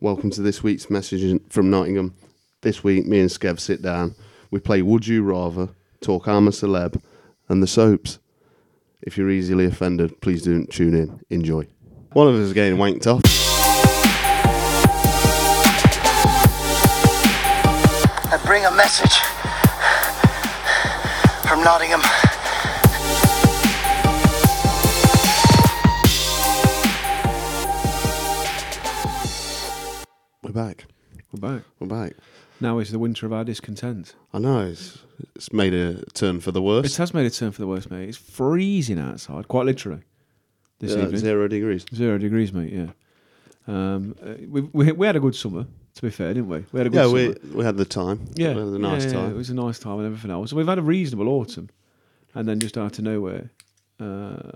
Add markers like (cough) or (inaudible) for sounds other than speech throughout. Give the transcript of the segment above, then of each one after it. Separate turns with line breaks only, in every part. Welcome to this week's message from Nottingham. This week, me and Skev sit down. We play Would You Rather, talk I'm a Celeb, and the soaps. If you're easily offended, please do tune in. Enjoy. One of us is getting wanked off.
I bring a message from Nottingham.
We're back.
We're back.
We're back.
Now is the winter of our discontent.
I know it's, it's made a turn for the
It
worse.
has made a turn for the worse, mate. It's freezing outside, quite literally, this
Uh,
evening.
zero
Zero.
degrees.
degrees, mate, yeah. Um, uh, we, we, we had a good summer, to be fair, didn't we? We had a good
Yeah,
summer.
we we had the time.
yeah.
we had the nice
yeah, yeah,
time.
It was a nice time and everything else. So we've had a reasonable autumn. And then just out of nowhere, uh,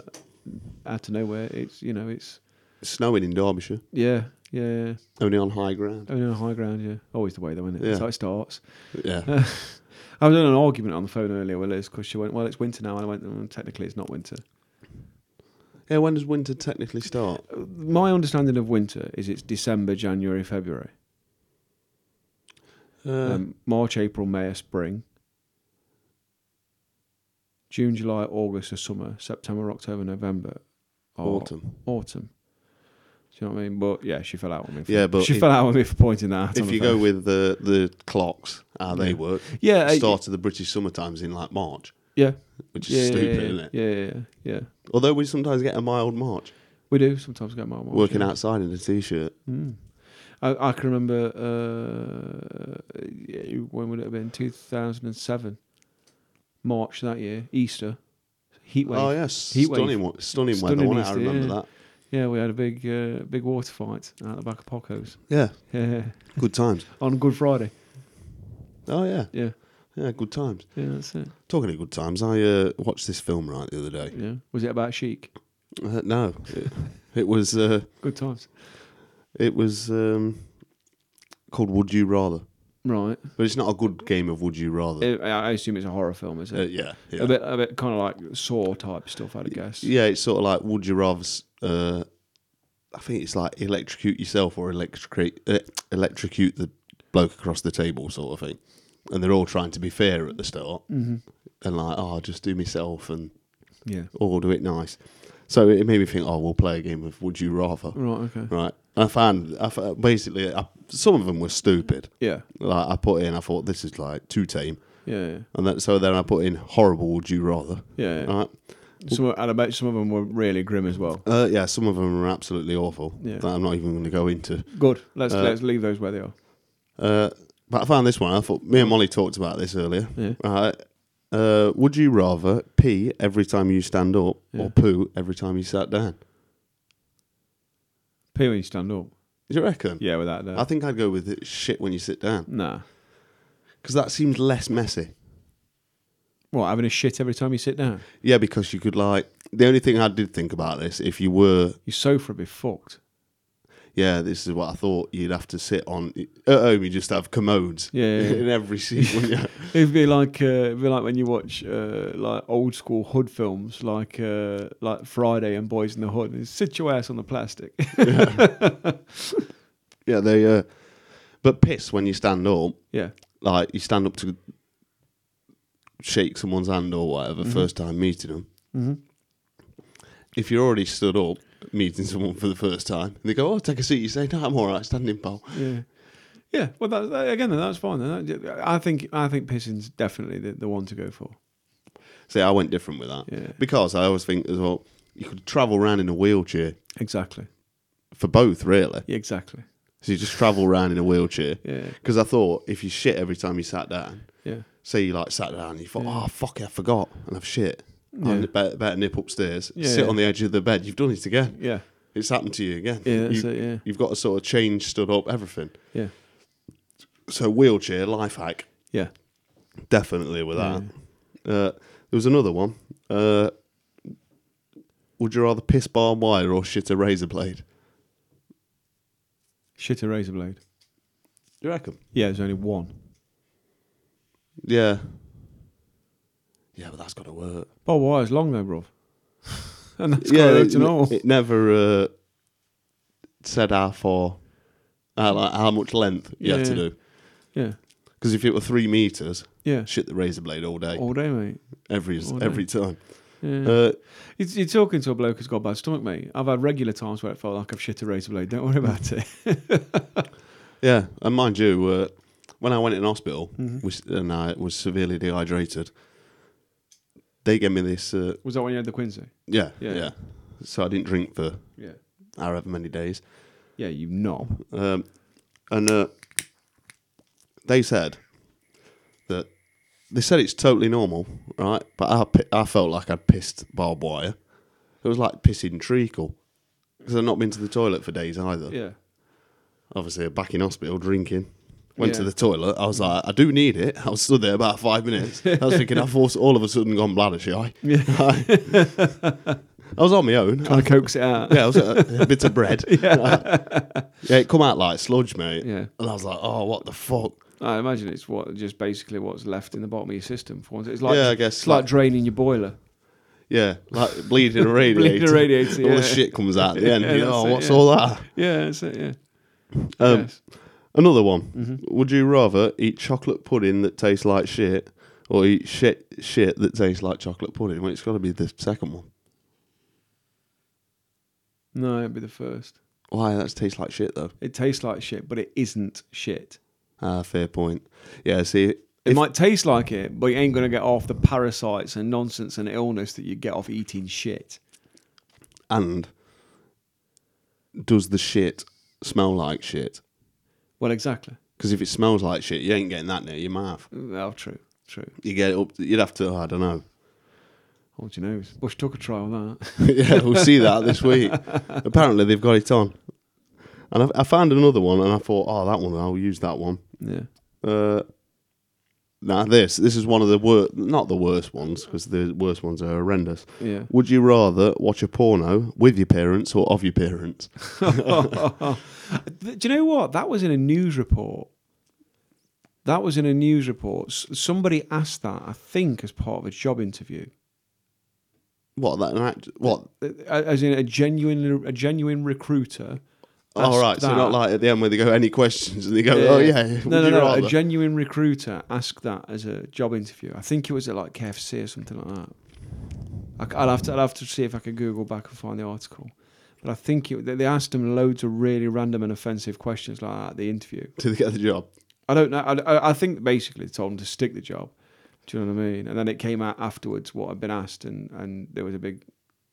out of nowhere, it's, you know, it's,
It's snowing in Derbyshire,
yeah, yeah, yeah.
only on high ground.
Only on high ground, yeah. Always the way, though, isn't it?
Yeah.
That's how it starts.
Yeah,
I was in an argument on the phone earlier with Liz because she went, "Well, it's winter now," and I went, mm, "Technically, it's not winter."
yeah. When does winter technically start?
My understanding of winter is it's December, January, February,
Uh,
um, March, April, May, are spring, June, July, August, are summer, September, October, November, are
autumn.
Autumn. Do you know what I mean? But yeah, she fell out on me. For,
Yeah, but
she
if-
fell out on me for pointing that out. on
If
the
you go
phone.
with the the clocks, how they
Yeah.
work,
yeah, uh,
start of the British summer times in like March,
yeah,
which is
yeah,
stupid,
yeah,
isn't it?
yeah, yeah, yeah, yeah.
Although we sometimes get a mild March,
We do sometimes get my
working outside in a t-shirt.
Mm. I, I can remember uh, yeah, when would it have been? Two thousand and seven, March that year, Easter, heat wave.
Oh yes,
Heat wave.
stunning, wa- stunning, weather.
Stunning
wasn't it? I
Easter,
remember
yeah.
that.
Yeah, we had a big, uh, big water fight out the back of Poco's. (laughs)
Yeah,
Yeah,
good times.
on Good Friday.
Oh yeah,
Yeah,
yeah, good times.
yeah, that's it.
Talking of good times, I uh, watched this film right the other day.
Yeah, was it about chic?
Uh, no, it, it was uh,
Good times.
it was um, called Would You Rather,
Right.
but it's not a good game of Would You Rather.
I I assume it's a horror film, is
Uh,
it?
yeah,
A
yeah.
bit, a bit kind of like Saw type stuff, I'd guess.
yeah, it's sort of like Would You Rather. s- Uh, I think it's like electrocute yourself or electrocute uh, electrocute the bloke across the table, sort of thing. And they're all trying to be fair at the start
Mm-hmm.
and like, oh, I'll just do myself and
Yeah.
all do it nice. So it made me think, oh, we'll play a game of Would You Rather,
Right. Okay.
right? I found, I found basically I, some of them were stupid.
Yeah.
Like I put in, I thought this is like too tame,
Yeah. Yeah.
and that, so then I put in horrible Would You Rather,
yeah, yeah.
right?
Some, and I bet some of them were really grim as well.
Uh, yeah, some of them are absolutely awful
Yeah.
that I'm not even going to go into.
Good. Let's
Uh,
let's leave those where they are.
Uh, but I found this one. I thought me and Molly talked about this earlier.
Yeah.
Right. Uh, would you rather pee every time you stand up
Yeah.
or poo every time you sat down?
Pee when you stand up.
Do you reckon?
Yeah, without that.
I think I'd go with it, shit when you sit down
nah.
because that seems less messy.
What, having a shit every time you sit down?
Yeah, because you could like the only thing I did think about this if you were
Your sofa would be fucked.
yeah this is what I thought you'd have to sit on at home you just have commodes
Yeah, yeah,
(laughs)
yeah.
in every seat wouldn't you?
It'd be like uh, it'd be like when you watch uh, like old school hood films, like uh, like Friday and Boys in the Hood. And sit your ass on the plastic. (laughs)
yeah they uh, but piss when you stand up
yeah,
like you stand up to shake someone's hand or whatever
Mm-hmm.
first time meeting them. If you're already stood up meeting someone for the first time, and they go, "Oh, take a seat," you say, "No, I'm all right, standing, pal."
yeah, yeah. Well, that's, that, again, then that's fine. Then. That- I think I think pissing's definitely the, the one to go for.
See, I went different with that
Yeah.
because I always think as well you could travel around in a wheelchair
Exactly.
for both, really.
Yeah, exactly.
So you just travel around in a wheelchair.
Yeah,
Because I thought if you shit every time you sat down,
yeah.
say you like sat down, and you thought, "Oh, fuck, it, I forgot," and I've shit.
Yeah.
I'd better, better nip upstairs,
Yeah,
sit
yeah.
on the edge of the bed. You've done it again.
Yeah,
It's happened to you again.
Yeah, that's
you,
it, yeah.
You've got to sort of change, stood up, everything.
yeah,
So wheelchair life hack,
yeah.
definitely with that. Uh, there was another one. Uh, would you rather piss barbed wire or shit a razor blade?
Shit a razor blade.
You reckon?
Yeah, there's only one.
Yeah. Yeah, but that's got to work.
Bob Wire's Oh, long though, bruv. (laughs) and that's
yeah,
quite
it,
to know.
it never uh, said how far How, like, how much length you had to
Yeah.
do.
Yeah.
Because if it were three meters,
Yeah.
shit the razor blade all day,
All day, mate.
every
all day.
every time.
Yeah.
Uh,
You're, you're talking to a bloke who's got a bad stomach, mate. I've had regular times where it felt like I've shit a razor blade. Don't worry about it.
yeah, and mind you, uh, when I went in hospital
Mm-hmm.
was, and I was severely dehydrated, they gave me this. Uh,
(laughs) Was that when you had the Quincy?
yeah,
Yeah.
yeah, So I didn't drink for
Yeah.
however many days,
Yeah, you knob.
um, and uh, they said that they said it's totally normal, right? But I pi- I felt like I'd pissed barbed wire. It was like pissing treacle because I'd not been to the toilet for days either.
Yeah.
obviously back in hospital drinking. Went to
Yeah.
the toilet. I was like, I do need it. I was stood there about five minutes. I was
(laughs)
thinking, I've all, all of a sudden gone bladder shy.
Yeah.
(laughs) I was on my own.
Trying to coax it out.
yeah, I was a, a bit of bread. (laughs) yeah. it come out like sludge, mate.
(laughs) Yeah.
And I was like, oh, what the fuck?
I imagine it's what just basically what's left in the bottom of your system. For once. It's like
Yeah, I guess,
it's like,
like-
draining your boiler.
Yeah, like (laughs) bleeding a radiator.
Bleeding a radiator,
all
yeah.
the shit comes out (laughs) at the end.
Yeah,
you
that's
know,
it,
what's
yeah.
all that?
Yeah, that's it. Yeah.
Um,
yes.
Another one. Would you rather eat chocolate pudding that tastes like shit or eat shit shit that tastes like chocolate pudding? Well, it's got to be the second one.
No, it'd be the first.
Why? That tastes like shit, though.
It tastes like shit, but it isn't shit.
Ah, fair point. Yeah, see,
It
if,
might taste like it, but you ain't gonna get off the parasites and nonsense and illness that you get off eating shit.
and does the shit smell like shit?
Well, exactly.
Because if it smells like shit, you ain't getting that near your mouth.
Well, true, true.
You get it up. You'd have to. I don't know.
All do you know? is Bush took a try on that.
(laughs)
(laughs)
yeah, we'll see that this week. Apparently, they've got it on. And I, I found another one, and I thought, oh, that one. I'll use that one.
yeah.
Uh, now this this is one of the worst, not the worst ones, because the worst ones are horrendous.
Yeah.
Would you rather watch a porno with your parents or of your parents?
Do you know what? That was in a news report. That was in a news report. S- somebody asked that, I think, as part of a job interview,
What that? An act, what?
Uh, as in a genuine, a genuine recruiter.
All Oh, right,
asked
so
that.
not like at the end where they go any questions and they go, oh yeah, would
no, no,
you
no.
rather?
A genuine recruiter asked that as a job interview. I think it was at like KFC or something like that. I c- I'll have to, I'll have to see if I can Google back and find the article. But I think it, they they asked him loads of really random and offensive questions like that at the interview.
to get the job.
I don't know. I, I- I think basically they told him to stick the job. Do you know what I mean? And then it came out afterwards what had been asked, and, and there was a big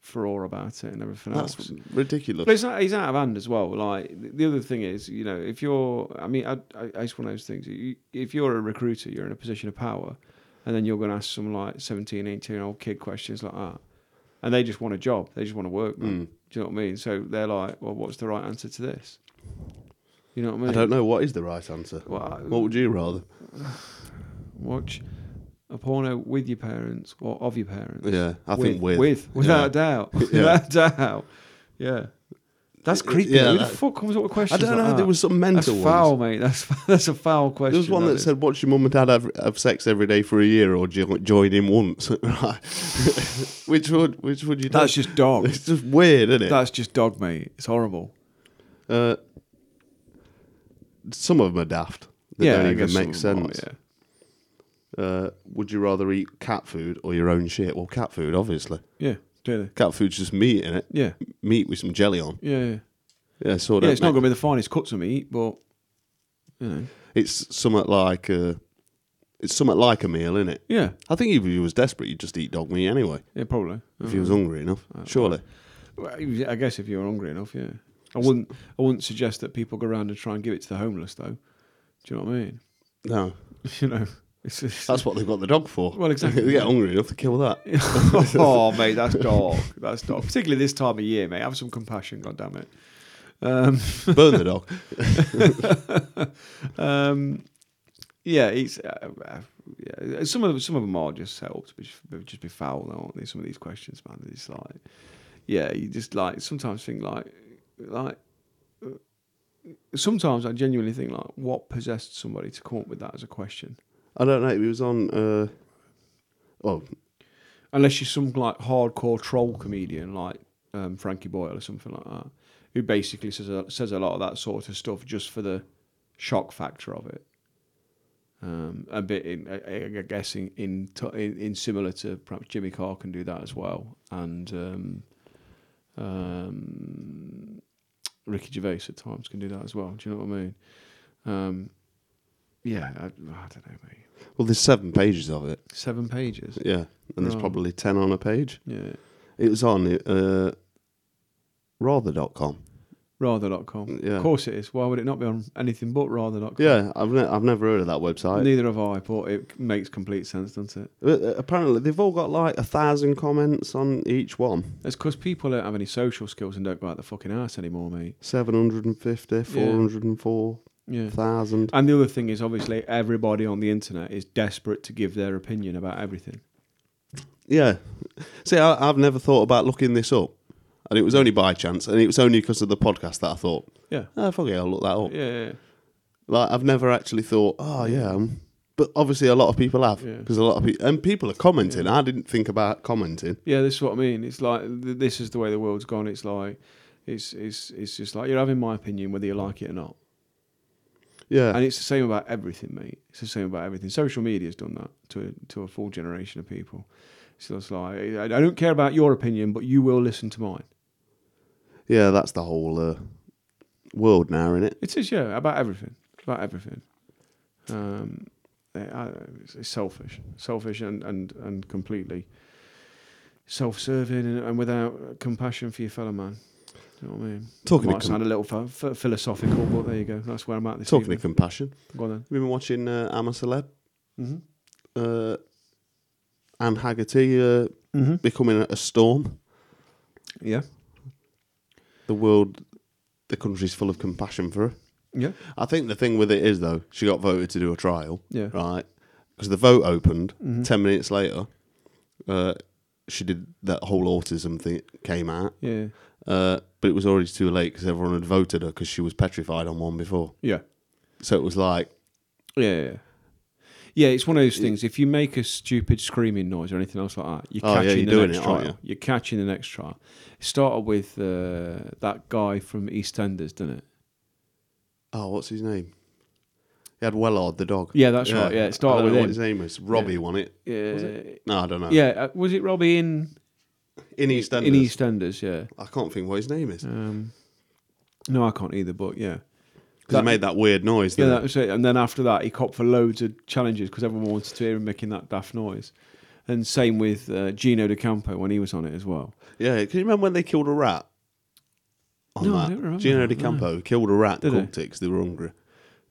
furore about it and everything
That's
else.
ridiculous.
But it's not, he's out of hand as well. Like the the other thing is, you know, if you're, I mean, I, I, it's one of those things. You, if you're a recruiter, you're in a position of power, and then you're going to ask some like 17, 18 year old kid questions like that, and they just want a job. They just want to work. Man. Do you know what I mean? So they're like, well, what's the right answer to this? You know what I mean?
I don't know what is the right answer.
Well, I-
What would you rather?
watch a porno with your parents or of your parents.
Yeah, I think with (laughs)
with
Yeah.
without a doubt, without a doubt. Yeah, that's creepy.
yeah,
Who the
that-
fuck comes up with
I
questions?
don't
like
know. There
that?
was some mental
that's
ones.
foul, mate. That's (laughs) that's a foul question.
There was one that
is.
said, "Watch your mum and dad have, have sex every day for a year, or jo- join in once." (laughs) Right. which would which would you?
"That's
do?
just
(laughs)
dog.
It's just weird, isn't it?
that's just dog, mate. It's horrible."
uh, some of them are daft. They
yeah,
don't
I
even
guess
make
some of them are,
sense. uh, would you rather eat cat food or your own shit? Well, cat food, obviously.
yeah, yeah, clearly.
Cat food's just meat in it.
Yeah,
Meat with some jelly on.
yeah, yeah.
Yeah, sort
yeah
of.
it's not going to be the finest cut to meat, but you know,
It's somewhat like uh, it's somewhat like a meal, isn't it?
yeah,
I think if you was desperate, you'd just eat dog meat anyway.
yeah, probably.
If you was hungry enough,
Oh,
surely.
Well, I guess if you're hungry enough, yeah. I wouldn't. I wouldn't suggest that people go around and try and give it to the homeless, though. Do you know what I mean? (laughs)
No,
You know, it's, it's
That's what they've got the dog for.
Well, exactly.
(laughs) they get hungry enough to kill
(laughs)
that.
oh, mate, that's dog. That's dog. Particularly this time of year, mate. Have some compassion, God damn it. Um,
Burn the dog.
um, yeah, it's uh, uh, yeah. Some of them, some of them are just set up to be, just be foul, though, aren't they? Some of these questions, man. It's like, yeah, you just like sometimes think like, like. uh, Sometimes I genuinely think like, what possessed somebody to come up with that as a question?
I don't know. It was on. Uh, oh,
unless you're some like hardcore troll comedian like um, Frankie Boyle or something like that. who basically says a, says a lot of that sort of stuff just for the shock factor of it. Um, a bit, in, I, I guess, in, in to- in in similar to perhaps Jimmy Carr can do that as well, and um, um, Ricky Gervais at times can do that as well. Do you know what I mean? Um, yeah, I, I don't know, mate.
Well, there's seven pages of it.
Seven pages.
Yeah, and there's
Right.
probably ten on a page.
Yeah,
It was on uh, rather.com.
rather.com.
Yeah.
Of course it is. Why would it not be on anything but rather.com?
Yeah, I've ne- I've never heard of that website.
Neither have I, but it makes complete sense, doesn't it?
Uh, uh, Apparently, they've all got like a thousand comments on each one.
It's because people don't have any social skills and don't go out the fucking house anymore, mate.
750, 404,000.
Yeah. And the other thing is, obviously, everybody on the internet is desperate to give their opinion about everything.
Yeah. See, I, I've never thought about looking this up. And it was only by chance. And it was only because of the podcast that I thought,
Yeah.
oh, fuck it, I'll look that up.
Yeah, yeah,
Like, I've never actually thought, oh, yeah. um," But obviously, a lot of people have.
Yeah.
Because a lot of people, and people are commenting. I didn't think about commenting.
yeah. This is what I mean. It's like th- this is the way the world's gone. It's like, it's it's it's just like you're having my opinion whether you like it or not.
Yeah.
And it's the same about everything, mate. It's the same about everything. Social media's done that to a, to a full generation of people. So it's like I I don't care about your opinion, but you will listen to mine.
yeah, that's the whole uh, world now, isn't it?
It is, yeah, about everything, about everything. Um, I, I, it's, it's selfish, selfish, and and and completely self-serving, and, and without compassion for your fellow man. You know what I mean?
Talking
might
of, com-
sound a little ph- ph- philosophical, but there you go. That's where I'm at this
talking
Talking
of compassion,
Go on Mm-hmm.
we've been watching uh, I'm a Celeb.
then.
Uh, Anne Haggerty uh,
Mm-hmm. Mm-hmm.
becoming a storm.
Yeah.
The world, the country's full of compassion for her.
Yeah.
I think the thing with it is though, she got voted to do a trial,
Yeah. Mm-hmm.
right? Because the vote opened ten minutes later. Uh, she did that whole autism thing came out,
Yeah.
uh, but it was already too late because everyone had voted her because she was petrified on one before.
Yeah.
So it was like,
Yeah. yeah. Yeah, it's one of those things. If you make a stupid screaming noise or anything else like that, you're
Oh, yeah,
catching
you're
the
doing
next
it, aren't
trial. You? are catching the next trial. It started with uh, that guy from EastEnders, didn't it?
oh, what's his name? He had Wellard the dog.
Yeah, that's right, yeah, it started
I don't
with
know
him.
what his name was. Robbie won it.
Yeah,
No, I don't know.
yeah. uh, Was it Robbie in
in EastEnders.
in EastEnders? Yeah.
I can't think what his name is.
Um, no, I can't either. But yeah,
Because
That-
he made that weird noise.
yeah,
didn't
that was it. And then after that, he copped for loads of challenges because everyone wanted to hear him making that daft noise. And same with uh, Gino De Campo when he was on it as well.
he? yeah. Can you remember when they killed a rat? On
No, I
that?
don't remember
Gino
that,
De
no.
Campo killed a rat
Did
and
he?
cooked it 'cause they were hungry.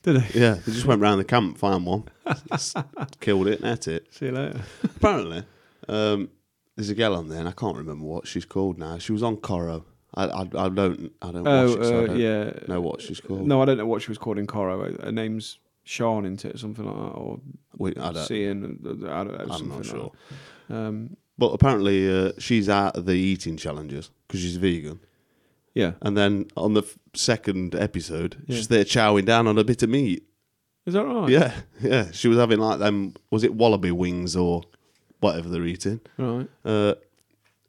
Did he?
Yeah, they just went round the camp, found one, s- killed it, and ate it.
(laughs) See you later.
Apparently, um, there's a girl on there, and I can't remember what she's called now. She was on Coro. I, I, I don't I don't watch
Oh,
it, so I
uh,
don't
yeah.
know what she's called.
No, I don't know what she was called in Coro. Uh, Her- Her name's Sean, is it? Something like that. Or
We- I don't,
Cian. uh, I don't know.
I'm
something
not
like
sure.
that. Um,
But apparently, uh, she's out of the eating challenges because she's vegan.
yeah.
And then on the f- second episode,
Yeah.
she's there chowing down on a bit of meat.
Is that
(laughs)
right?
Yeah, yeah. She was having like them. Was it wallaby wings or whatever they're eating?
Right.
Uh,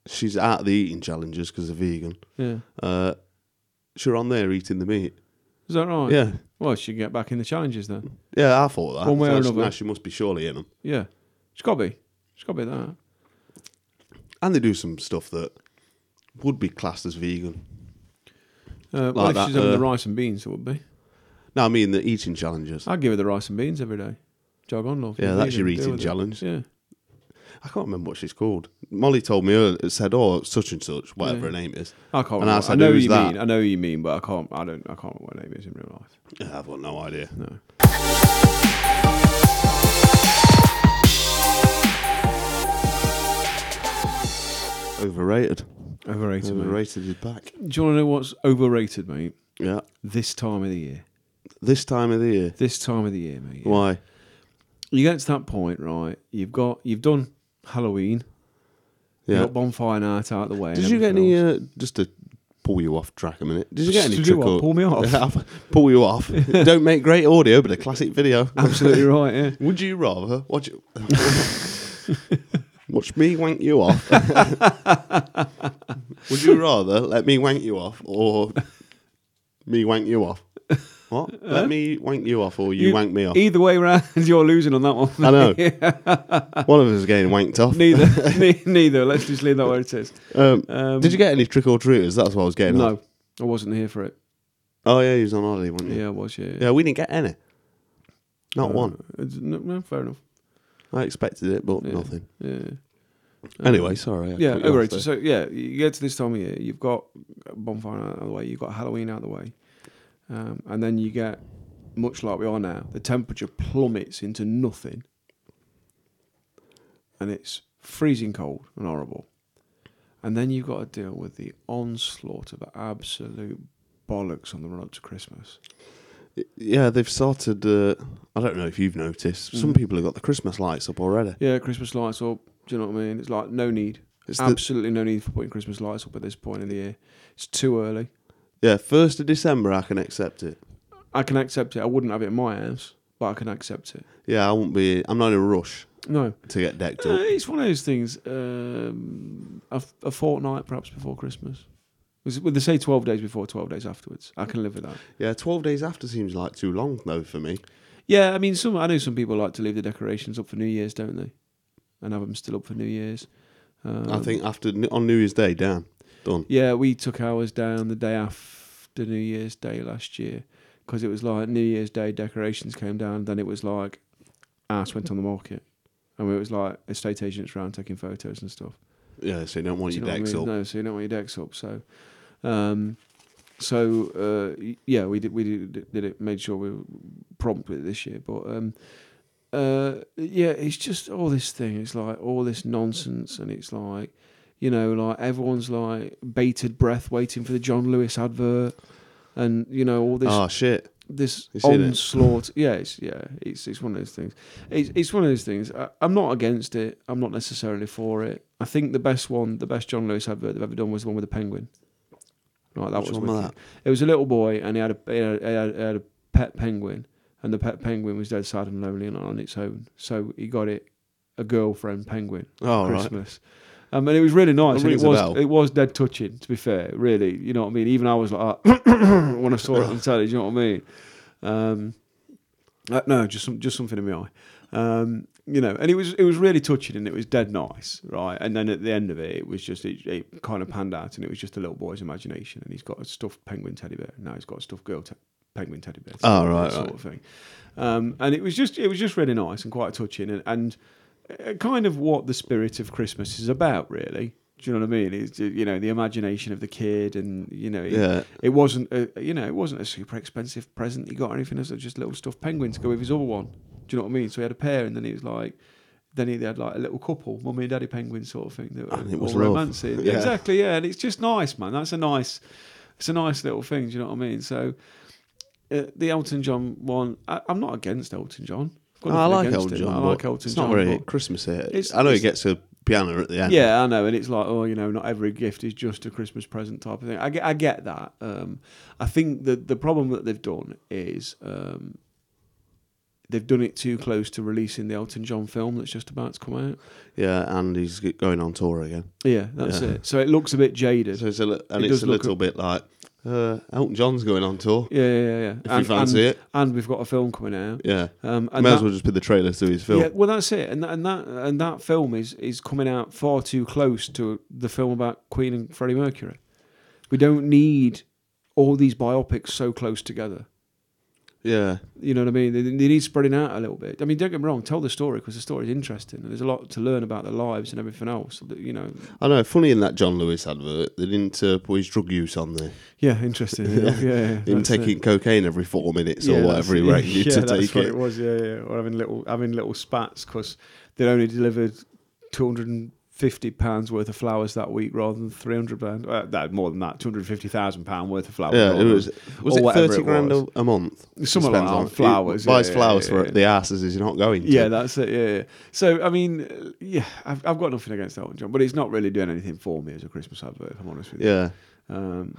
she's out of the eating challenges because they're vegan.
Yeah.
Uh, she's on there eating the meat.
Is that right?
Yeah,
Well, she can get back in the challenges then.
yeah. I thought that.
One way or
That's-
another.
now she must be surely in them.
Yeah. It's got to be. It's got to be that.
And they do some stuff that would be classed as vegan.
Uh, well,
Like
if
that,
she's having
uh,
the rice and beans, it would be.
No, I mean the eating challenges.
I'd give her the rice and beans every day. Jog on, love.
Yeah,
You're
that's
vegan,
your
deal
eating
with it.
challenge.
Yeah.
I can't remember what she's called. Molly told me earlier, it said, "Oh, such and such, whatever
Yeah.
her name is."
I can't.
And I
Remember. I,
said,
know
"Who's
you
that?"
mean. I know who you mean, but I can't. I don't. I can't. remember What her name is in real life?
Yeah, I've got no idea.
No.
Overrated.
Overrated. mate.
Overrated is back.
Do you want to know what's overrated, mate?
Yeah.
This time of the year.
This time of the year.
This time of the year, mate.
Why?
You get to that point, right? You've got. You've done Halloween.
Yeah.
You've got bonfire night out of the way.
Did you get any? Uh, just to pull you off track a minute. Did you get any
Did you
trick
what,
or
pull me off?
Yeah, (laughs) pull you off. Don't make great audio, but a classic video. (laughs)
Absolutely right. Yeah.
Would you rather watch (laughs) watch me wank (laughs) you off? Would you rather let me wank you off or Me wank you off. What? Let me wank you off, or you, wank me off.
Either way round, (laughs) you're losing on that one.
I know. (laughs) One of us is getting wanked off. (laughs)
(laughs) neither, ne- neither. Let's just leave that where it is.
Um,
Um,
did you get any trick or treaters? That's what I was getting. at.
No, I wasn't here for it.
Oh yeah, he was on holiday, wasn't
Yeah,
he?
I was. Yeah,
Yeah, we didn't get any. Not
Uh,
one.
it's- No, no, fair enough.
I expected it, but
Yeah.
nothing.
Yeah. Um,
Anyway, sorry. I
Yeah,
cut you off
overrated.
there.
So yeah, you get to this time of year, you've got bonfire out of the way, you've got Halloween out of the way, um, and then you get much like we are now, the temperature plummets into nothing, and it's freezing cold and horrible, and then you've got to deal with the onslaught of absolute bollocks on the run up to Christmas.
Yeah, they've started. Uh, I don't know if you've noticed. Some
Mm.
people have got the Christmas lights up already.
Yeah, Christmas lights up. Do you know what I mean? It's like no need.
It's the-
Absolutely no need for putting Christmas lights up at this point in the year. It's too early.
Yeah, first of December, I can accept it.
I can accept it. I wouldn't have it in my house, but I can accept it.
Yeah, I won't be. I'm not in a rush
No,
to get decked
Uh,
up.
it's one of those things. Um, a, f- a fortnight, perhaps before Christmas. Was- Would they say twelve days before, twelve days afterwards? I can live with that.
Yeah, twelve days after seems like too long though for me.
Yeah, I mean, some I know some people like to leave the decorations up for New Year's, don't they? And have them still up for New Year's. Um,
I think after on New Year's Day, damn, done.
Yeah, we took ours down the day after New Year's Day last year because it was like New Year's Day decorations came down. Then it was like ass went on the market, and it was like estate agents round taking photos and stuff.
Yeah, so you don't want
Do you
your
know what I
decks
mean?
up.
No, so you don't want your decks up. So, um, so uh, y- yeah, we did. We did, did it. Made sure we were prompt with it this year. But um, uh, yeah, it's just all this thing. It's like all this nonsense, and it's like. You know, like everyone's like bated breath, waiting for the John Lewis advert, and you know all this
oh shit!
this
You seen it?
onslaught. Yeah, it's, yeah, it's it's one of those things. It's it's one of those things. I, I'm not against it. I'm not necessarily for it. I think the best one, the best John Lewis advert they've ever done was the one with the penguin. Right, that
Which
was
one was
wicked. It was a little boy, and he had a he had, he had, he had a pet penguin, and the pet penguin was dead sad and lonely and on its own. So he got it a girlfriend penguin.
Oh right.
Christmas. Um, and it was really nice.
That
and it
rings a
was
bell.
it was dead touching, to be fair. Really, you know what I mean. Even I was like (coughs) "Ah," when I
(laughs)
saw it on telly. Do you know what I mean? Um, uh, no, just some, just something in my eye. Um, you know, and it was it was really touching, and it was dead nice, right? And then at the end of it, it was just it, it kind of panned out, and it was just a little boy's imagination, and he's got a stuffed penguin teddy bear. and Now he's got a stuffed girl te- penguin teddy bear.
Oh, right,
that
right.
sort of thing. Um, and it was just it was just really nice and quite touching, and, and uh, kind of what the spirit of Christmas is about, really. Do you know what I mean? It's uh, you know the imagination of the kid, and you know, it,
Yeah.
it wasn't a, you know it wasn't a super expensive present he got or anything. It was just little stuffed penguins to go with his other one. Do you know what I mean? So he had a pair, and then he was like, then he had like a little couple, mummy and daddy penguin sort of thing. That were
And it was
all
love.
romancing.
Yeah.
Exactly, yeah, and it's just nice, man. That's a nice, it's a nice little thing. Do you know what I mean? So uh, the Elton John one, I, I'm not against Elton John. I've got
No, Ah, I
nothing
like
against
Elton
him.
John.
I
but
like Elton
it's
John.
not very
but-
Christmas here.
It's-
I know he
it's-
gets a piano at the end.
yeah, I know, and it's like, oh, you know, not every gift is just a Christmas present type of thing. I get, I get that. Um, I think that the problem that they've done is um, they've done it too close to releasing the Elton John film that's just about to come out.
yeah, and he's g- going on tour again.
Yeah, that's
Yeah.
it. So it looks a bit jaded.
So it's a li- and
It
it's
does
a
look
little bit like uh, Elton John's going on tour.
yeah, yeah, yeah. yeah.
you fancy
and,
it.
and we've got a film coming out.
Yeah,
Um, and
may as
that-
well just put the trailers to his film.
Yeah, well, that's it, and that, and that and that film is is coming out far too close to the film about Queen and Freddie Mercury. We don't need all these biopics so close together.
Yeah,
You know what I mean? They, they need spreading out a little bit. I mean, don't get me wrong, tell the story because the story is interesting, and there's a lot to learn about their lives and everything else. that, You know,
I know. Funny in that John Lewis advert, they didn't uh, put his drug use on there.
yeah, interesting. (laughs) yeah, yeah,
Him
that's it.
taking cocaine every four minutes
Yeah,
or
that's
whatever he
it.
reckoned
(laughs) yeah,
to
that's
take
what
it.
it was. Yeah, yeah, or having little having little spats because they only delivered two hundred and fifty pounds worth of flowers that week rather than three hundred pounds. Uh, no, more than that, two hundred fifty thousand pound worth of flowers.
Yeah, it
rather
was.
than-
Was
or
it
whatever
thirty grand
was.
a- a month? he
Something like
spends
that, on
he
flowers,
buys
yeah,
flowers
yeah,
for
yeah.
the asses he's not going. To.
Yeah, that's it. Yeah, yeah. So I mean, uh, yeah, I've, I've got nothing against Elton John, but it's not really doing anything for me as a Christmas advert. If I'm honest with you.
yeah.
Um,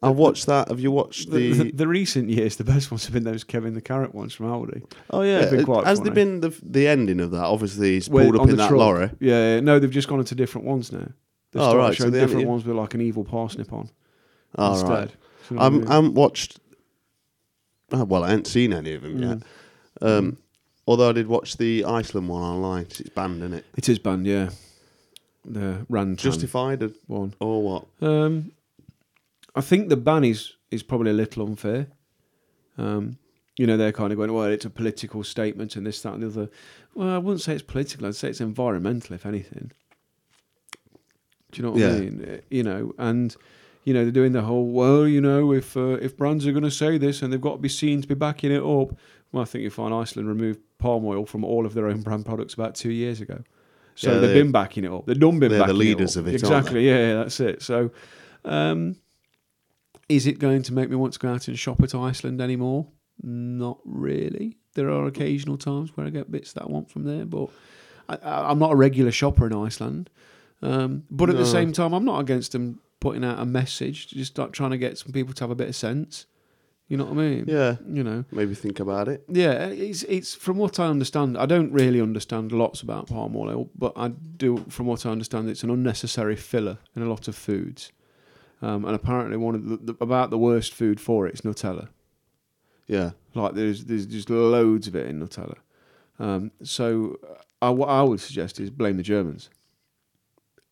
I watched that. Have you watched
the, the
the?
the recent years, the best ones have been those Kevin the Carrot ones from Aldi.
oh yeah,
they've been quite
has
funny.
there been the the ending of that? Obviously, he's
Well,
pulled up
on
in
the
that
truck.
lorry.
Yeah, yeah, no, they've just gone into different ones now. They've
Oh,
started
right, so
showing
they haven't
different
yet-
ones with like an evil parsnip on
All right.
instead. Do you know what I
I'm,
mean?
I haven't watched oh, well, I hadn't seen any of them yet. Um, although I did watch the Iceland one online 'cause it's banned, isn't it?
It is banned, yeah. The Rand
Justified or-
one.
or what?
Um, I think the ban is is probably a little unfair. Um, you know, they're kind of going, well, it's a political statement and this, that, and the other. Well, I wouldn't say it's political. I'd say it's environmental, if anything. Do you know what I
Yeah.
mean? Uh, You know, and you know they're doing the whole, well, you know, if uh, if brands are going to say this and they've got to be seen to be backing it up. Well, I think you find Iceland removed palm oil from all of their own brand products about two years ago. So
Yeah,
they've
they-
been backing it up. They've done been
They're the
backing
leaders
up.
of it, aren't they?
Exactly. Yeah, yeah, that's it. So, um, is it going to make me want to go out and shop at Iceland anymore? Not really. There are occasional times where I get bits that I want from there, but I, I, I'm not a regular shopper in Iceland. Um, but at
No.
the same time, I'm not against them putting out a message, just like trying to get some people to have a bit of sense. You know what I mean?
Yeah,
You know.
maybe think about it.
Yeah, it's it's from what I understand. I don't really understand lots about palm oil, but I do from what I understand. It's an unnecessary filler in a lot of foods, um, and apparently one of the, the about the worst food for it is Nutella.
Yeah,
Like there's there's just loads of it in Nutella. Um, so uh, I, what I would suggest is blame the Germans.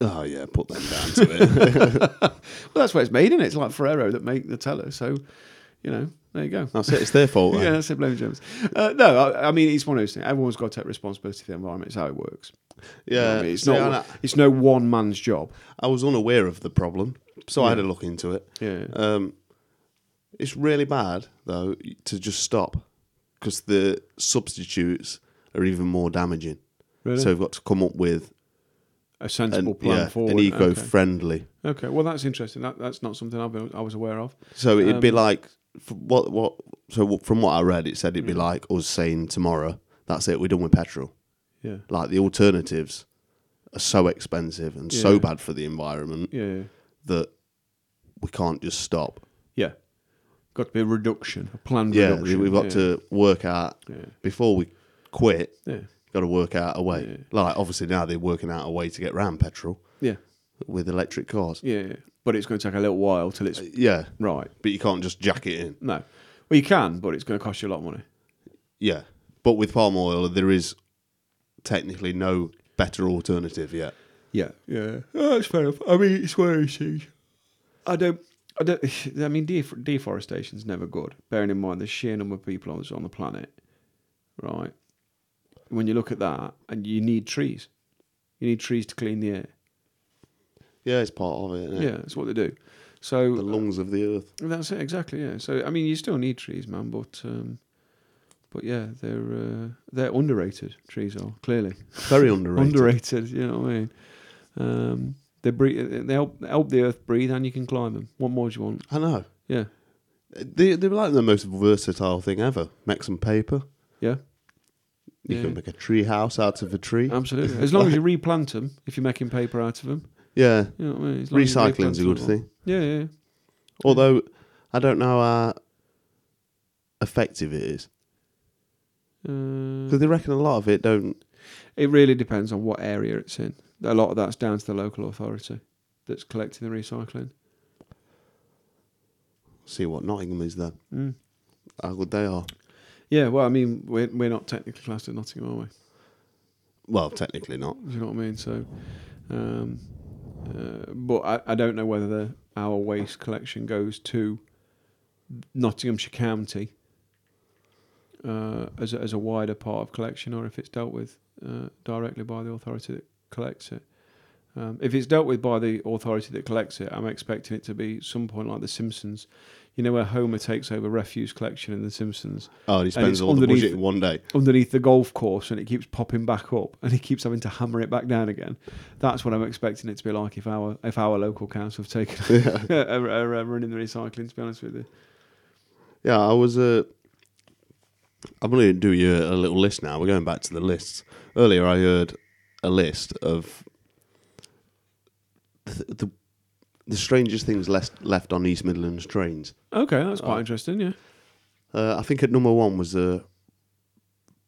oh yeah, put them down (laughs) to it.
Well, that's where it's made, in It's like Ferrero that make Nutella. So, you know, there you go.
That's it. It's their fault. Then.
Yeah, that's it. Blame the Germans. Uh, no, I, I mean it's one of those things. Everyone's got to take responsibility for the environment. It's how it works. You know what
yeah.
I mean? It's
yeah,
not.
and I-
It's no one man's job.
I was unaware of the problem, so I had a look into it.
Yeah.
Um, it's really bad though to just stop because the substitutes are even more damaging.
Really?
So we've got to come up with
A
an,
sensible plan
yeah,
forward.
an
okay.
eco-friendly.
okay. Well, that's interesting. That, that's not something I've been, I was aware of.
So it'd be
Um,
like f- what what. So w- from what I read, it said it'd be
Mm.
like us saying tomorrow, "That's it, we're done with petrol."
Yeah.
Like the alternatives are so expensive and
Yeah.
so bad for the environment
Yeah. Yeah.
that we can't just stop.
yeah. Got to be a reduction, a planned
Yeah,
reduction.
we've got
yeah.
to work out
Yeah.
before we quit.
Yeah.
Got to work out a way. Like obviously now they're working out a way to get round petrol
Yeah.
with electric cars.
Yeah. yeah. But it's going to take a little while till it's
Yeah,
right.
but you can't just jack it in.
No. Well, you can, but it's going to cost you a lot of money.
Yeah, but with palm oil, there is technically no better alternative yet.
Yeah, yeah, Oh, that's fair enough. I mean, it's one of those things. I don't, I don't. (sighs) I mean, def- deforestation's never good. Bearing in mind the sheer number of people on, on the planet, right? When you look at that, and you need trees, you need trees to clean the air.
Yeah, it's part of it.
Yeah,
innit?
that's what they do. So
the lungs of the earth.
that's it, exactly. Yeah. So I mean, you still need trees, man, but. Um, but yeah, they're uh, they're underrated. Trees are clearly.
(laughs) Very underrated.
underrated. You know what I mean? Um, they breathe. They help help the earth breathe, and you can climb them. What more do you want?
I know.
Yeah,
They, they're like the most versatile thing ever. Make some paper.
yeah,
You
Yeah. Um,
can make a tree house out of a tree.
absolutely. As long as you replant them, if you're making paper out of them,
yeah,
you know what I mean. As long as you
recycling's a good
replant them.
thing.
Yeah, yeah, yeah.
Although I don't know how effective it is
Uh, Mm.
because they reckon a lot of it don't.
it really depends on what area it's in. A lot of that's down to the local authority that's collecting the recycling.
See what Nottingham is then.
Mm.
How good they are.
Yeah, well, I mean, we're we're not technically classed as Nottingham, are we?
Well, technically not.
Do you know what I mean? So, um, uh, but I, I don't know whether the, our waste collection goes to Nottinghamshire County uh, as a, as a wider part of collection, or if it's dealt with uh, directly by the authority that collects it. Um, if it's dealt with by the authority that collects it, I'm expecting it to be some point like The Simpsons. You know where Homer takes over refuse collection in The Simpsons
Oh, and he
it's
spends all the
underneath-
budget in one day.
underneath the golf course and it keeps popping back up and he keeps having to hammer it back down again. That's what I'm expecting it to be like if our if our local council have taken (laughs) are, are, are running the recycling. To be honest with you,
Yeah, I was. Uh, I'm going to do you a little list now. We're going back to the lists. Earlier, I heard a list of th- the the strangest things left left on East Midlands trains.
okay, that's quite interesting. Yeah,
Uh, I think at number one was a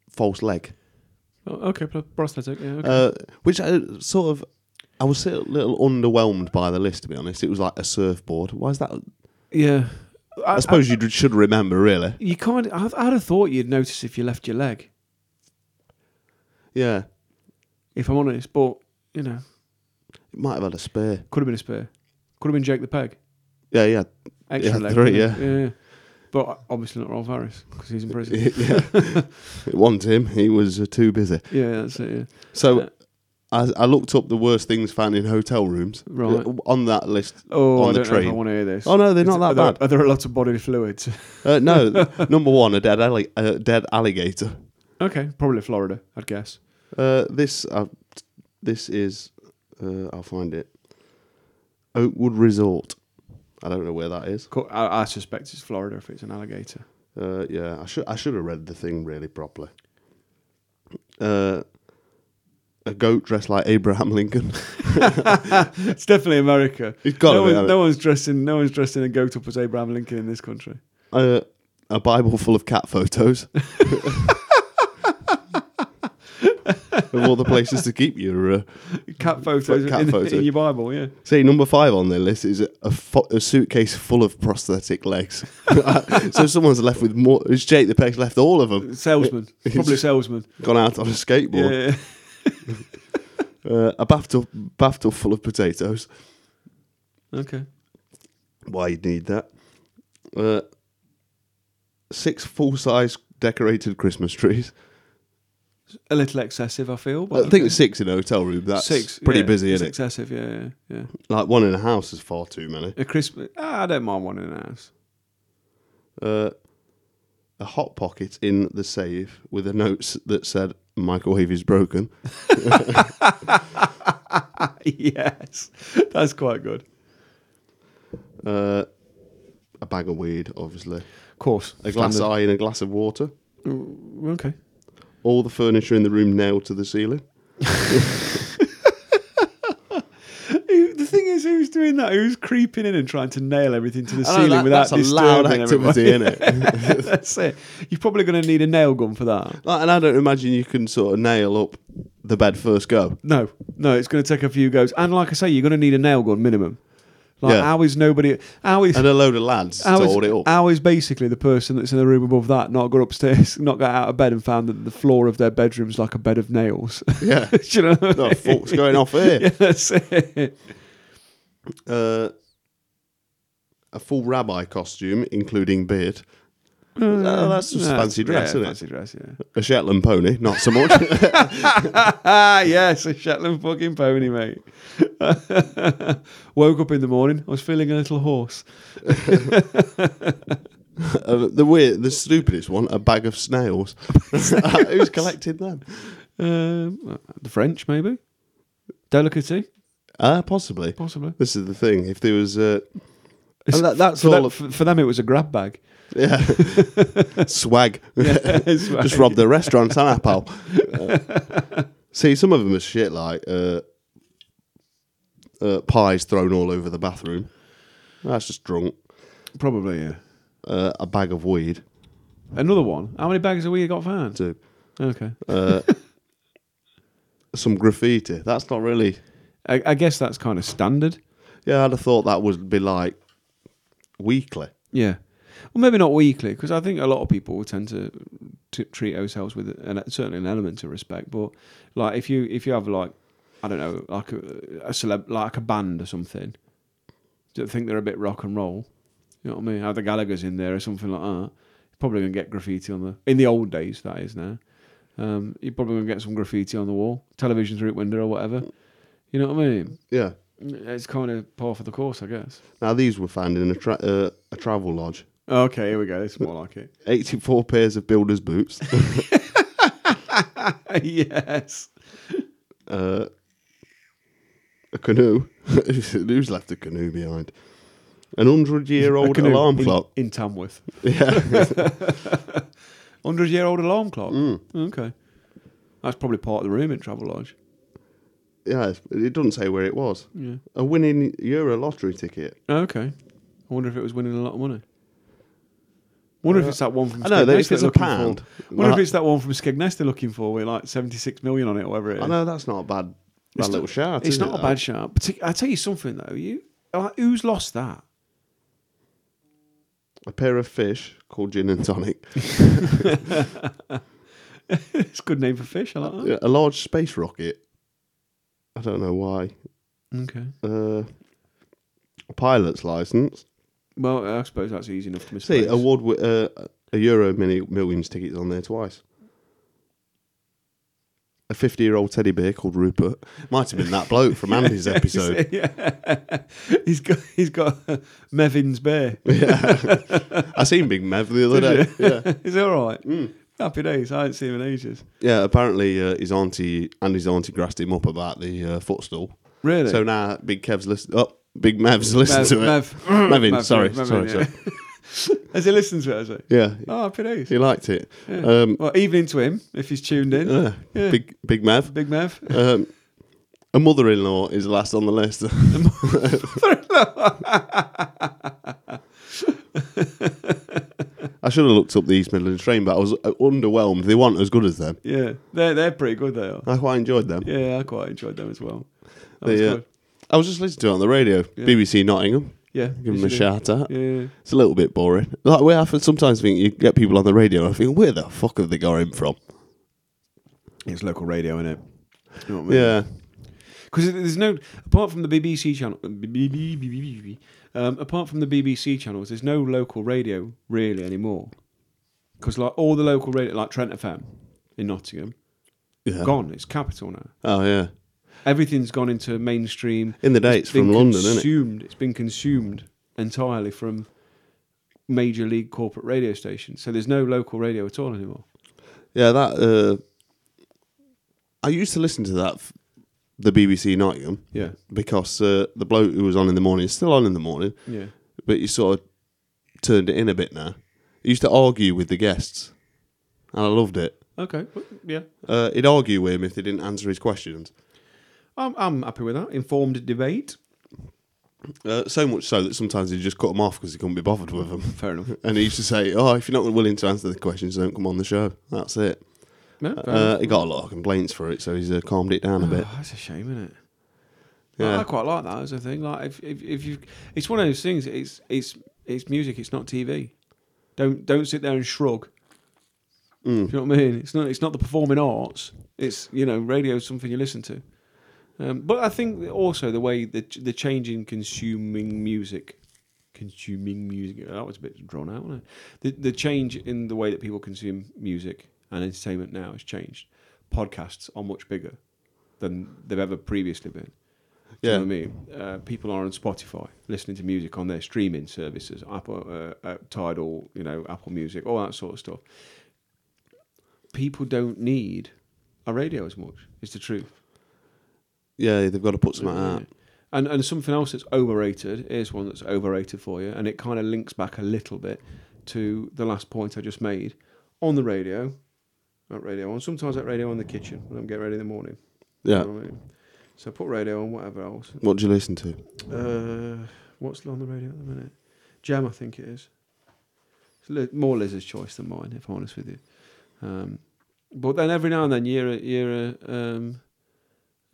false leg,
oh, okay, pl- prosthetic. Yeah, okay.
uh, which I sort of. I was a little underwhelmed by the list, to be honest. It was like a surfboard. Why is that?
yeah. I,
I suppose you should remember, really.
you can't. I'd, I'd have thought you'd notice if you left your leg.
Yeah,
If I'm honest, but you know,
it might have had a spear.
could have been a spear. Could have been Jake the Peg.
Yeah, yeah,
Extra
Yeah,
leg.
three,
couldn't
yeah.
it? yeah. But obviously not Rolf Harris because he's in prison.
(laughs) yeah. it wasn't him. He was uh, too busy.
yeah, that's it. Yeah.
So
Yeah.
I, I looked up the worst things found in hotel rooms.
Right.
Uh, On that list.
Oh,
On
I
the
don't know if I
train.
want to hear this.
Oh, no, they're not
are
that
there,
bad.
Are there a lot of bodily fluids? (laughs)
Uh, no, number one, a dead, alli- a dead alligator.
okay, probably Florida, I'd guess.
Uh, this uh, this is uh, I'll find it. Oakwood Resort. I don't know where that is.
Co- I, I suspect it's Florida if it's an alligator. (laughs)
Uh, yeah, I should I should have read the thing really properly. Uh, a goat dressed like Abraham (laughs) Lincoln.
It's definitely America.
It's gotta
no,
be,
one-
hasn't it?
no one's dressed in no one's dressed in a goat up as Abraham Lincoln in this country.
uh, a Bible full of cat photos. of all the places to keep your. Uh,
Cat photos
cat
in,
photo.
in your Bible, yeah.
see, number five on their list is a, fo- a suitcase full of prosthetic legs. (laughs) so someone's left with more. It's Jake the Peg's left all of them.
Salesman,
(laughs) It's-
probably salesman.
Gone out on a
Yeah,
skateboard.
yeah.
Uh, a bathtub, bathtub full of potatoes.
okay.
why you'd need that. Uh, six full size decorated Christmas trees.
A little excessive, I feel.
I
But
think it's six in a hotel room. That's pretty
yeah,
busy,
it's
isn't it?
excessive, yeah, yeah, yeah.
Like one in a house is far too many.
A Christmas. Ah, I don't mind one in the house. (laughs)
Uh, a hot pocket in the safe with a note s- that said microwave is broken.
yes, (laughs) that's quite good.
Uh, a bag of weed, obviously.
Of course,
A glass eye and a glass of water. Mm,
Okay.
All the furniture in the room nailed to the ceiling.
Who- The thing is, who's doing that? Who's creeping in and trying to nail everything to the
I know,
ceiling
that-
without
that's a loud
disturbing everyone?
activity, isn't (laughs) it?
(laughs) that's it. You're probably going to need a nail gun for that.
Like, and I don't imagine you can sort of nail up the bed first go.
No, no, it's going to take a few goes. And like I say, you're going to need a nail gun minimum. Like,
Yeah.
how is nobody? How is
and a load of lads to
how is,
hold it up.
how is basically the person that's in the room above that not got upstairs, (laughs) not got out of bed, and found that the floor of their bedroom's like a bed of nails? (laughs)
yeah.
Do you know? what I
The
mean?
fuck's going off here?
(laughs) Yeah, that's it.
Uh, a full rabbi costume, including beard. Uh, that's just
No,
fancy dress,
yeah,
isn't
fancy
it?
dress, yeah.
A Shetland pony, not so much. (laughs)
Ah, yes, a Shetland fucking pony, mate. (laughs) Woke up in the morning, I was feeling a little hoarse.
uh, the weird, the stupidest one, a bag of snails. (laughs) Who's collecting them?
Um, the French, maybe? Delicacy,
Uh, possibly.
possibly.
This is the thing. If there was, uh, and that, that's
for,
all.
them,
of,
for, for them, it was a grab
(laughs)
bag.
yeah. Swag. (laughs) Just rob the restaurants, and pal? Uh, see, some of them are shit like uh, uh, pies thrown all over the bathroom. That's just drunk.
Probably, yeah.
Uh, a bag of weed.
Another one. How many bags have we got found?
Too.
Okay.
Uh, some graffiti. That's not really.
I, I guess that's kind of standard.
Yeah, I'd have thought that would be like weekly.
Yeah. Well, maybe not weekly, because I think a lot of people will tend to, to treat ourselves with an, certainly an element of respect. But like, if you if you have like, I don't know, like a, a celeb, like a band or something, do think they're a bit rock and roll. You know what I mean? Have the Gallagher's in there or something like that. You're probably gonna get graffiti on the in the old days that is now. Um, you're probably gonna get some graffiti on the wall, television through window or whatever. You know what I mean?
Yeah.
It's kind of par for the course, I guess.
Now these were found in a tra- uh, a travel lodge.
Okay, here we go. This is more like it.
84 pairs of builder's boots. (laughs)
(laughs) yes.
uh, a canoe. (laughs) Who's left a canoe behind? An
(laughs)
hundred-year-old
Canoe
alarm
in-
clock.
in Tamworth.
(laughs) Yeah, Mm.
Hundred year old alarm clock. Okay, that's probably part of the room in Travel Lodge.
yeah. It doesn't say where it was.
Yeah.
A winning Euro lottery ticket.
Oh, Okay. I wonder if it was winning a lot of money. Wonder if it's that one from.
Uh, I know, if
Skegness
it's
they're
a
looking
pound,
For. Wonder
like-
if it's that one from Skegness they're looking for, with like seventy six million on it, or whatever it is.
I know that's not a bad, bad
It's
little
not-
shout.
It's
is
not
it,
a bad shout. But I tell you something though, you like, who's lost that?
a pair of fish called gin and tonic,
(laughs) it's a good name for fish. I like that.
a large space rocket. I don't know why.
Okay.
Uh, a pilot's license.
Well, I suppose that's easy enough to misplace.
See, award wi- uh, a Euro Mini Millions ticket's on there twice. A 50 year old teddy bear called Rupert. Might have been that bloke from Andy's
(laughs)
episode.
yeah. (laughs) he's got he's got Mevin's bear. (laughs)
(laughs) I seen Big Mev the other day. Yeah.
Is he all right? Happy days. I haven't seen him in ages.
yeah, apparently uh, his auntie, Andy's auntie grassed him up about the uh, footstool.
Really?
So now Big Kev's listen. Oh, Big Mev's listened
Mev-
to it.
Mev.
Mevin,
Mev,
sorry,
Mev,
sorry,
yeah.
sorry.
Has he listened to it? Has he?
Yeah,
Oh, happy days.
he liked it. Um,
well, evening to him if he's tuned in.
yeah,
Yeah.
Big Big Mev.
Big Mev.
Um, a mother-in-law is last on the
(laughs)
list. I should have looked up the East Midlands train, but I was uh, underwhelmed. They weren't as good as them.
Yeah, they're they're pretty good. They are.
I quite enjoyed them.
Yeah, I quite enjoyed them as well. That
They,
was
uh,
good.
I was just listening to it on the radio,
Yeah.
BBC Nottingham.
Yeah,
Give
you
them a
should-
shout out.
Yeah,
It's a little bit boring. Like we often sometimes think you get people on the radio and I think, where the fuck have they got him from?
it's local radio, isn't it? You know what I mean?
Yeah.
Because there's no apart from the BBC channel, um, apart from the BBC channels, there's no local radio really anymore. Because like all the local radio, like Trent FM in Nottingham,
Yeah.
gone. It's capital now.
Oh yeah.
Everything's gone into mainstream.
In the day, it's
been
from London, isn't it?
consumed, It's been consumed entirely from major league corporate radio stations. So there's no local radio at all anymore.
Yeah, that. Uh, I used to listen to that, f- the BBC Nottingham,
Yeah,
because uh, the bloke who was on in the morning is still on in the morning,
yeah.
but you sort of turned it in a bit now. He used to argue with the guests, and I loved it.
Okay, well, yeah.
Uh, he'd argue with him if they didn't answer his questions.
I'm, I'm happy with that. Informed debate.
Uh, so much so that sometimes he'd just cut them off because he couldn't be bothered with them.
Fair enough.
And he used to say, "Oh, if you're not willing to answer the questions, don't come on the show." That's it.
No, fair enough.
Uh, he got a lot of complaints for it, so he's uh, calmed it down a bit.
Oh, that's a shame, isn't it?
Yeah.
I, I quite like that as a thing. Like if, if if you, it's one of those things. It's it's it's music. It's not TV. Don't don't sit there and shrug.
Mm.
Do you know what I mean? It's not it's not the performing arts. It's you know radio is something you listen to. Um, but I think that also the way the the change in consuming music, consuming music that was a bit drawn out, wasn't it? The the change in the way that people consume music and entertainment now has changed. Podcasts are much bigger than they've ever previously been. Do
Yeah.
you know what I mean? Uh, people are on Spotify listening to music on their streaming services, Apple, uh, uh, Tidal, you know, Apple Music, all that sort of stuff. People don't need a radio as much. It's the truth.
Yeah, they've got to put something out.
And and something else that's overrated is one that's overrated for you, and it kind of links back a little bit to the last point I just made on the radio, not radio on. Sometimes at radio on the kitchen when I'm getting ready in the morning. You
Yeah.
know what I mean? So put radio on, whatever else.
What do you listen to?
Uh, what's on the radio at the minute? Jam, I think it is. It's li- more Liz's choice than mine, if I'm honest with you. Um, but then every now and then, you hear a, you hear a, um,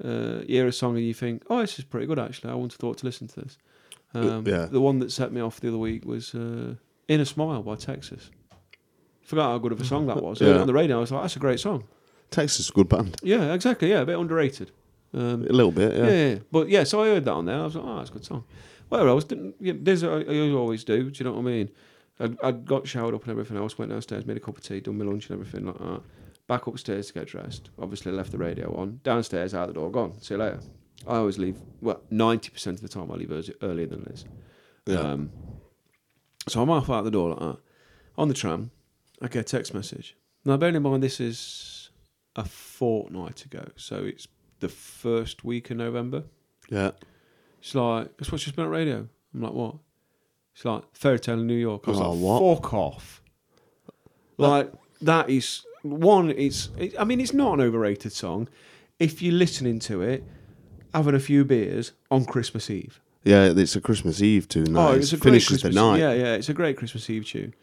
uh, you hear a song and you think, oh, this is pretty good, actually. I wouldn't have thought to listen to this. Um,
Uh, yeah.
The one that set me off the other week was uh, In a Smile by Texas. Forgot how good of a song that was. I heard
(laughs)
it
Yeah.
On the radio, I was like, that's a great song.
Texas is a good band.
Yeah, exactly. Yeah, a bit underrated.
A
Um,
little bit, yeah.
yeah. yeah, yeah. But yeah, so I heard that on there. I was like, oh, that's a good song. Whatever else, didn't, yeah, there's uh, I, I always do. Do you know what I mean? I, I got showered up and everything else, went downstairs, made a cup of tea, done my lunch and everything like that. Back upstairs to get dressed. Obviously, left the radio on. Downstairs, out the door, gone. See you later. I always leave, well, 90% of the time I leave early- earlier than this.
Yeah.
Um, so I'm half out the door like that. On the tram, I get a text message. Now, bearing in mind this is a fortnight ago, so it's the first week of November.
Yeah.
She's like, guess what she's been on radio? I'm like, what? She's like, Fairy Tale in New York. I was
Oh,
like,
what?
fuck off. Like, that is, one, it's, it, I mean, it's not an overrated song. If you're listening to it, having a few beers on Christmas Eve.
Yeah, it's a Christmas Eve tune. That
Oh,
is.
it's a great
Finishes
Christmas,
the night.
Yeah, yeah, it's a great Christmas Eve tune,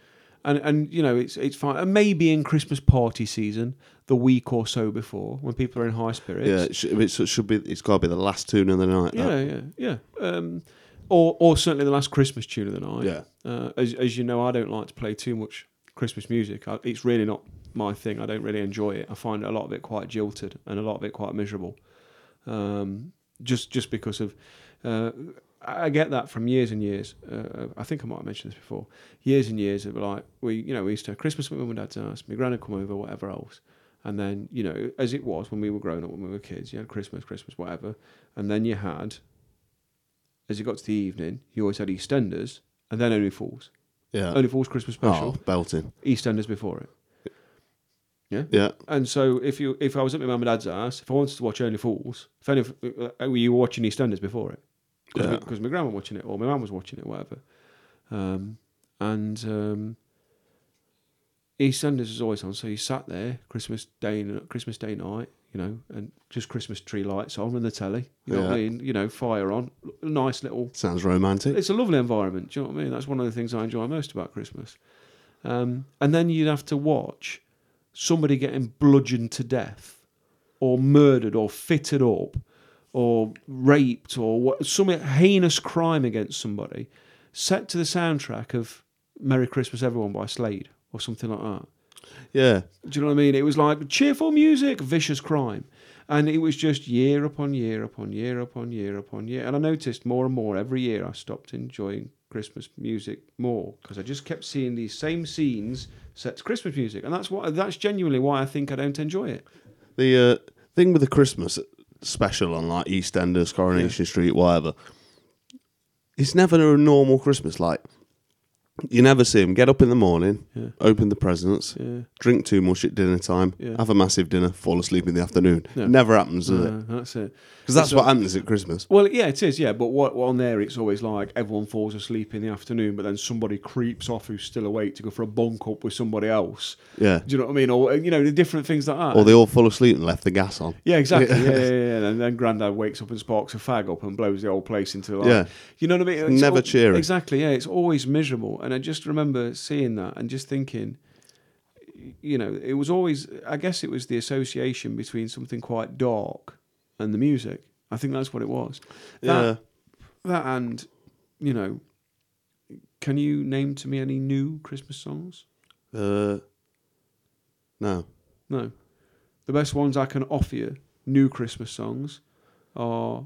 and and you know it's it's fine. And maybe in Christmas party season, the week or so before, when people are in high spirits.
Yeah, it should, it should be. It's got to be the last tune of the night. that.
yeah, yeah, yeah. Um, or or certainly the last Christmas tune of the night.
Yeah.
Uh, as as you know, I don't like to play too much Christmas music. I, it's really not my thing. I don't really enjoy it. I find a lot of it quite jilted and a lot of it quite miserable. Um, just just because of. Uh, I I get that from years and years. Uh, I think I might have mentioned this before. Years and years of like we, you know, we used to have Christmas at my mum and dad's house. My granny come over, whatever else. And then, you know, as it was when we were growing up, when we were kids, you had Christmas, Christmas, whatever. And then you had as it got to the evening, you always had EastEnders and then Only Fools.
Yeah.
Only Fools Christmas
oh,
special,
belting.
EastEnders before it. Yeah.
Yeah.
And so if you if I was at my mum and dad's house, if I wanted to watch Only Fools, if any of- uh, were you watching EastEnders before it?
Yeah.
Because my grandma was watching it or my mum was watching it, whatever. Um, and um, EastEnders is always on, so you sat there Christmas day, Christmas day night, you know, and just Christmas tree lights on and the telly, you know what I
Yeah.
mean? You know, fire on, nice little
Sounds romantic.
it's a lovely environment. Do you know what I mean? That's one of the things I enjoy most about Christmas. Um, and then you'd have to watch somebody getting bludgeoned to death, or murdered, or fitted up, or raped, or what, some heinous crime against somebody, set to the soundtrack of "Merry Christmas, Everyone" by Slade or something like that.
yeah.
Do you know what I mean? It was like cheerful music, vicious crime. And it was just year upon year upon year upon year upon year. And I noticed more and more every year I stopped enjoying Christmas music more because I just kept seeing these same scenes set to Christmas music. And that's what that's genuinely why I think I don't enjoy it.
The uh, thing with the Christmas special on like EastEnders, Coronation Street, whatever, it's never a normal Christmas. Like, you never see them get up in the morning, open the presents,
Yeah.
drink too much at dinner time,
Yeah.
have a massive dinner, fall asleep in the afternoon.
No.
Never happens, does it?
Uh, that's it.
Because that's
So-
what happens at
(laughs)
Christmas.
Well, yeah, it is, yeah. But what on there, it's always like everyone falls asleep in the afternoon, but then somebody creeps off who's still awake to go for a bunk up with somebody else.
Yeah.
Do you know what I mean? Or, you know, the different things like that.
Or they all fall asleep and left the gas on.
Yeah, exactly. Yeah, yeah, yeah. yeah. And then Grandad wakes up and sparks a fag up and blows the whole place into like,
Yeah.
you know what I mean?
never
al-
cheering.
Exactly. Yeah, it's always miserable. And I just remember seeing that and just thinking, you know, it was always. I guess it was the association between something quite dark and the music. I think that's what it was. That, That and, you know, can you name to me any new Christmas songs?
yeah. Uh, no.
No. The best ones I can offer you, new Christmas songs, are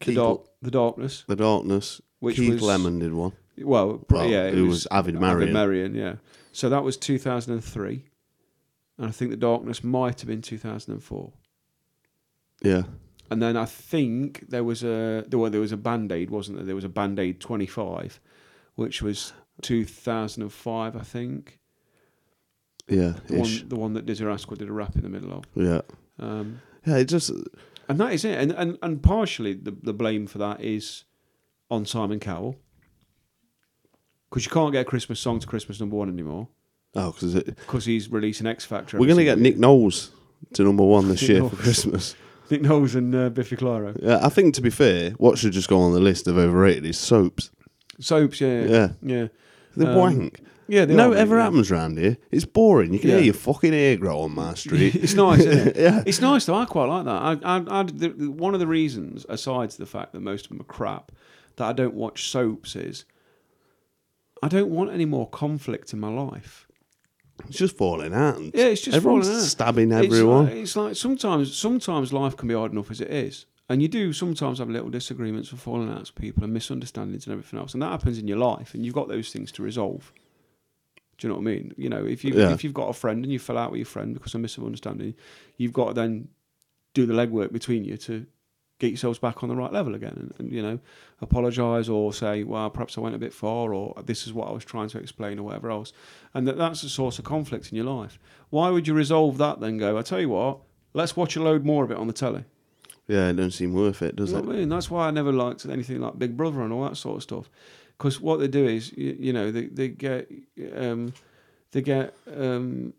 the,
Keith-
dark, the Darkness.
The Darkness.
Which
Keith
was-
Lemon did one.
Well, pr-
Well,
yeah, it
who
was
was Avid Marion.
Marion, yeah. So that was 2003. And I think The Darkness might have been 2004.
Yeah.
And then I think there was a there, well, there was a Band Aid, wasn't there? There was a Band Aid 25, which was 2005, I think.
Yeah.
The
ish.
one, the one that Dizzy Rascal did a rap in the middle of.
Yeah.
Um,
Yeah, it just
And that is it. And and, and partially the, the blame for that is on Simon Cowell. Because you can't get a Christmas song to Christmas number one anymore
oh, because it,
because he's releasing X Factor.
We're
every
going to get
single
Nick Knowles to number one this
(laughs) Nick
year for
Knowles.
Christmas.
week. Nick Knowles and uh, Biffy Clyro.
Uh, I think, to be fair, what should just go on the list of overrated is soaps.
Soaps, yeah.
Yeah.
Yeah.
They're
Um,
wank.
Yeah, they
no
are,
ever
yeah.
happens round here. It's boring. You can
Yeah.
hear your fucking ear grow on my street. (laughs)
(laughs) It's nice, isn't it?
Yeah.
It's nice though. I quite like that. I, I, I the, the- one of the reasons, aside to the fact that most of them are crap, that I don't watch soaps is I don't want any more conflict in my life.
it's just falling out. and
Yeah, it's just
everyone's
falling out.
stabbing
It's
everyone.
like- It's like, sometimes sometimes life can be hard enough as it is. And you do sometimes have little disagreements and falling outs with people and misunderstandings and everything else. And that happens in your life and you've got those things to resolve. Do you know what I mean? You know, if you
Yeah.
if you've got a friend and you fell out with your friend because of misunderstanding, you've got to then do the legwork between you to get yourselves back on the right level again and, and you know, apologize or say, well, perhaps I went a bit far or this is what I was trying to explain or whatever else. And that that's a source of conflict in your life. Why would you resolve that then go, I tell you what, let's watch a load more of it on the telly?
yeah, it don't seem worth it, does
You know
it?
what I mean? That's why I never liked anything like Big Brother and all that sort of stuff. Because what they do is, you, you know, they, they get, um, they get, um,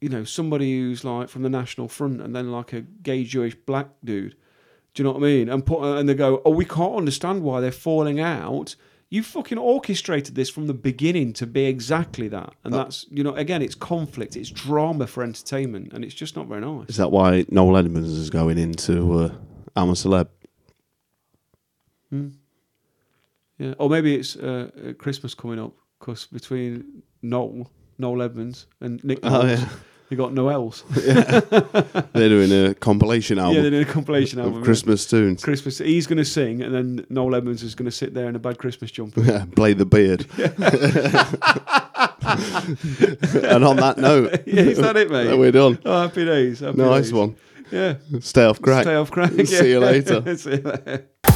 you know, somebody who's like from the National Front and then like a gay Jewish black dude. Do you know what I mean? And put and they go, oh, we can't understand why they're falling out. You fucking orchestrated this from the beginning to be exactly that, and that's you know again, it's conflict, it's drama for entertainment, and it's just not very nice.
Is that why Noel Edmonds is going into uh, I'm a Celeb?
Yeah, or maybe it's uh, uh, Christmas coming up because between Noel, Noel Edmonds, and Nick,
Oh,
Knowles,
yeah.
you
(laughs)
got Noel's.
They're doing a compilation
(laughs) yeah, they
album
did a compilation album.
of
yeah.
Christmas tunes.
Christmas. He's going to sing, and then Noel Edmonds is going to sit there in a bad Christmas
(laughs)
jumper.
Yeah, play the
(laughs)
beard. and on that note,
yeah, is that it, mate?
(laughs) we're done.
Oh, happy days. Happy
Nice
days.
one.
Yeah.
Stay off crack.
Stay off crack.
See you later.
(laughs) See you later.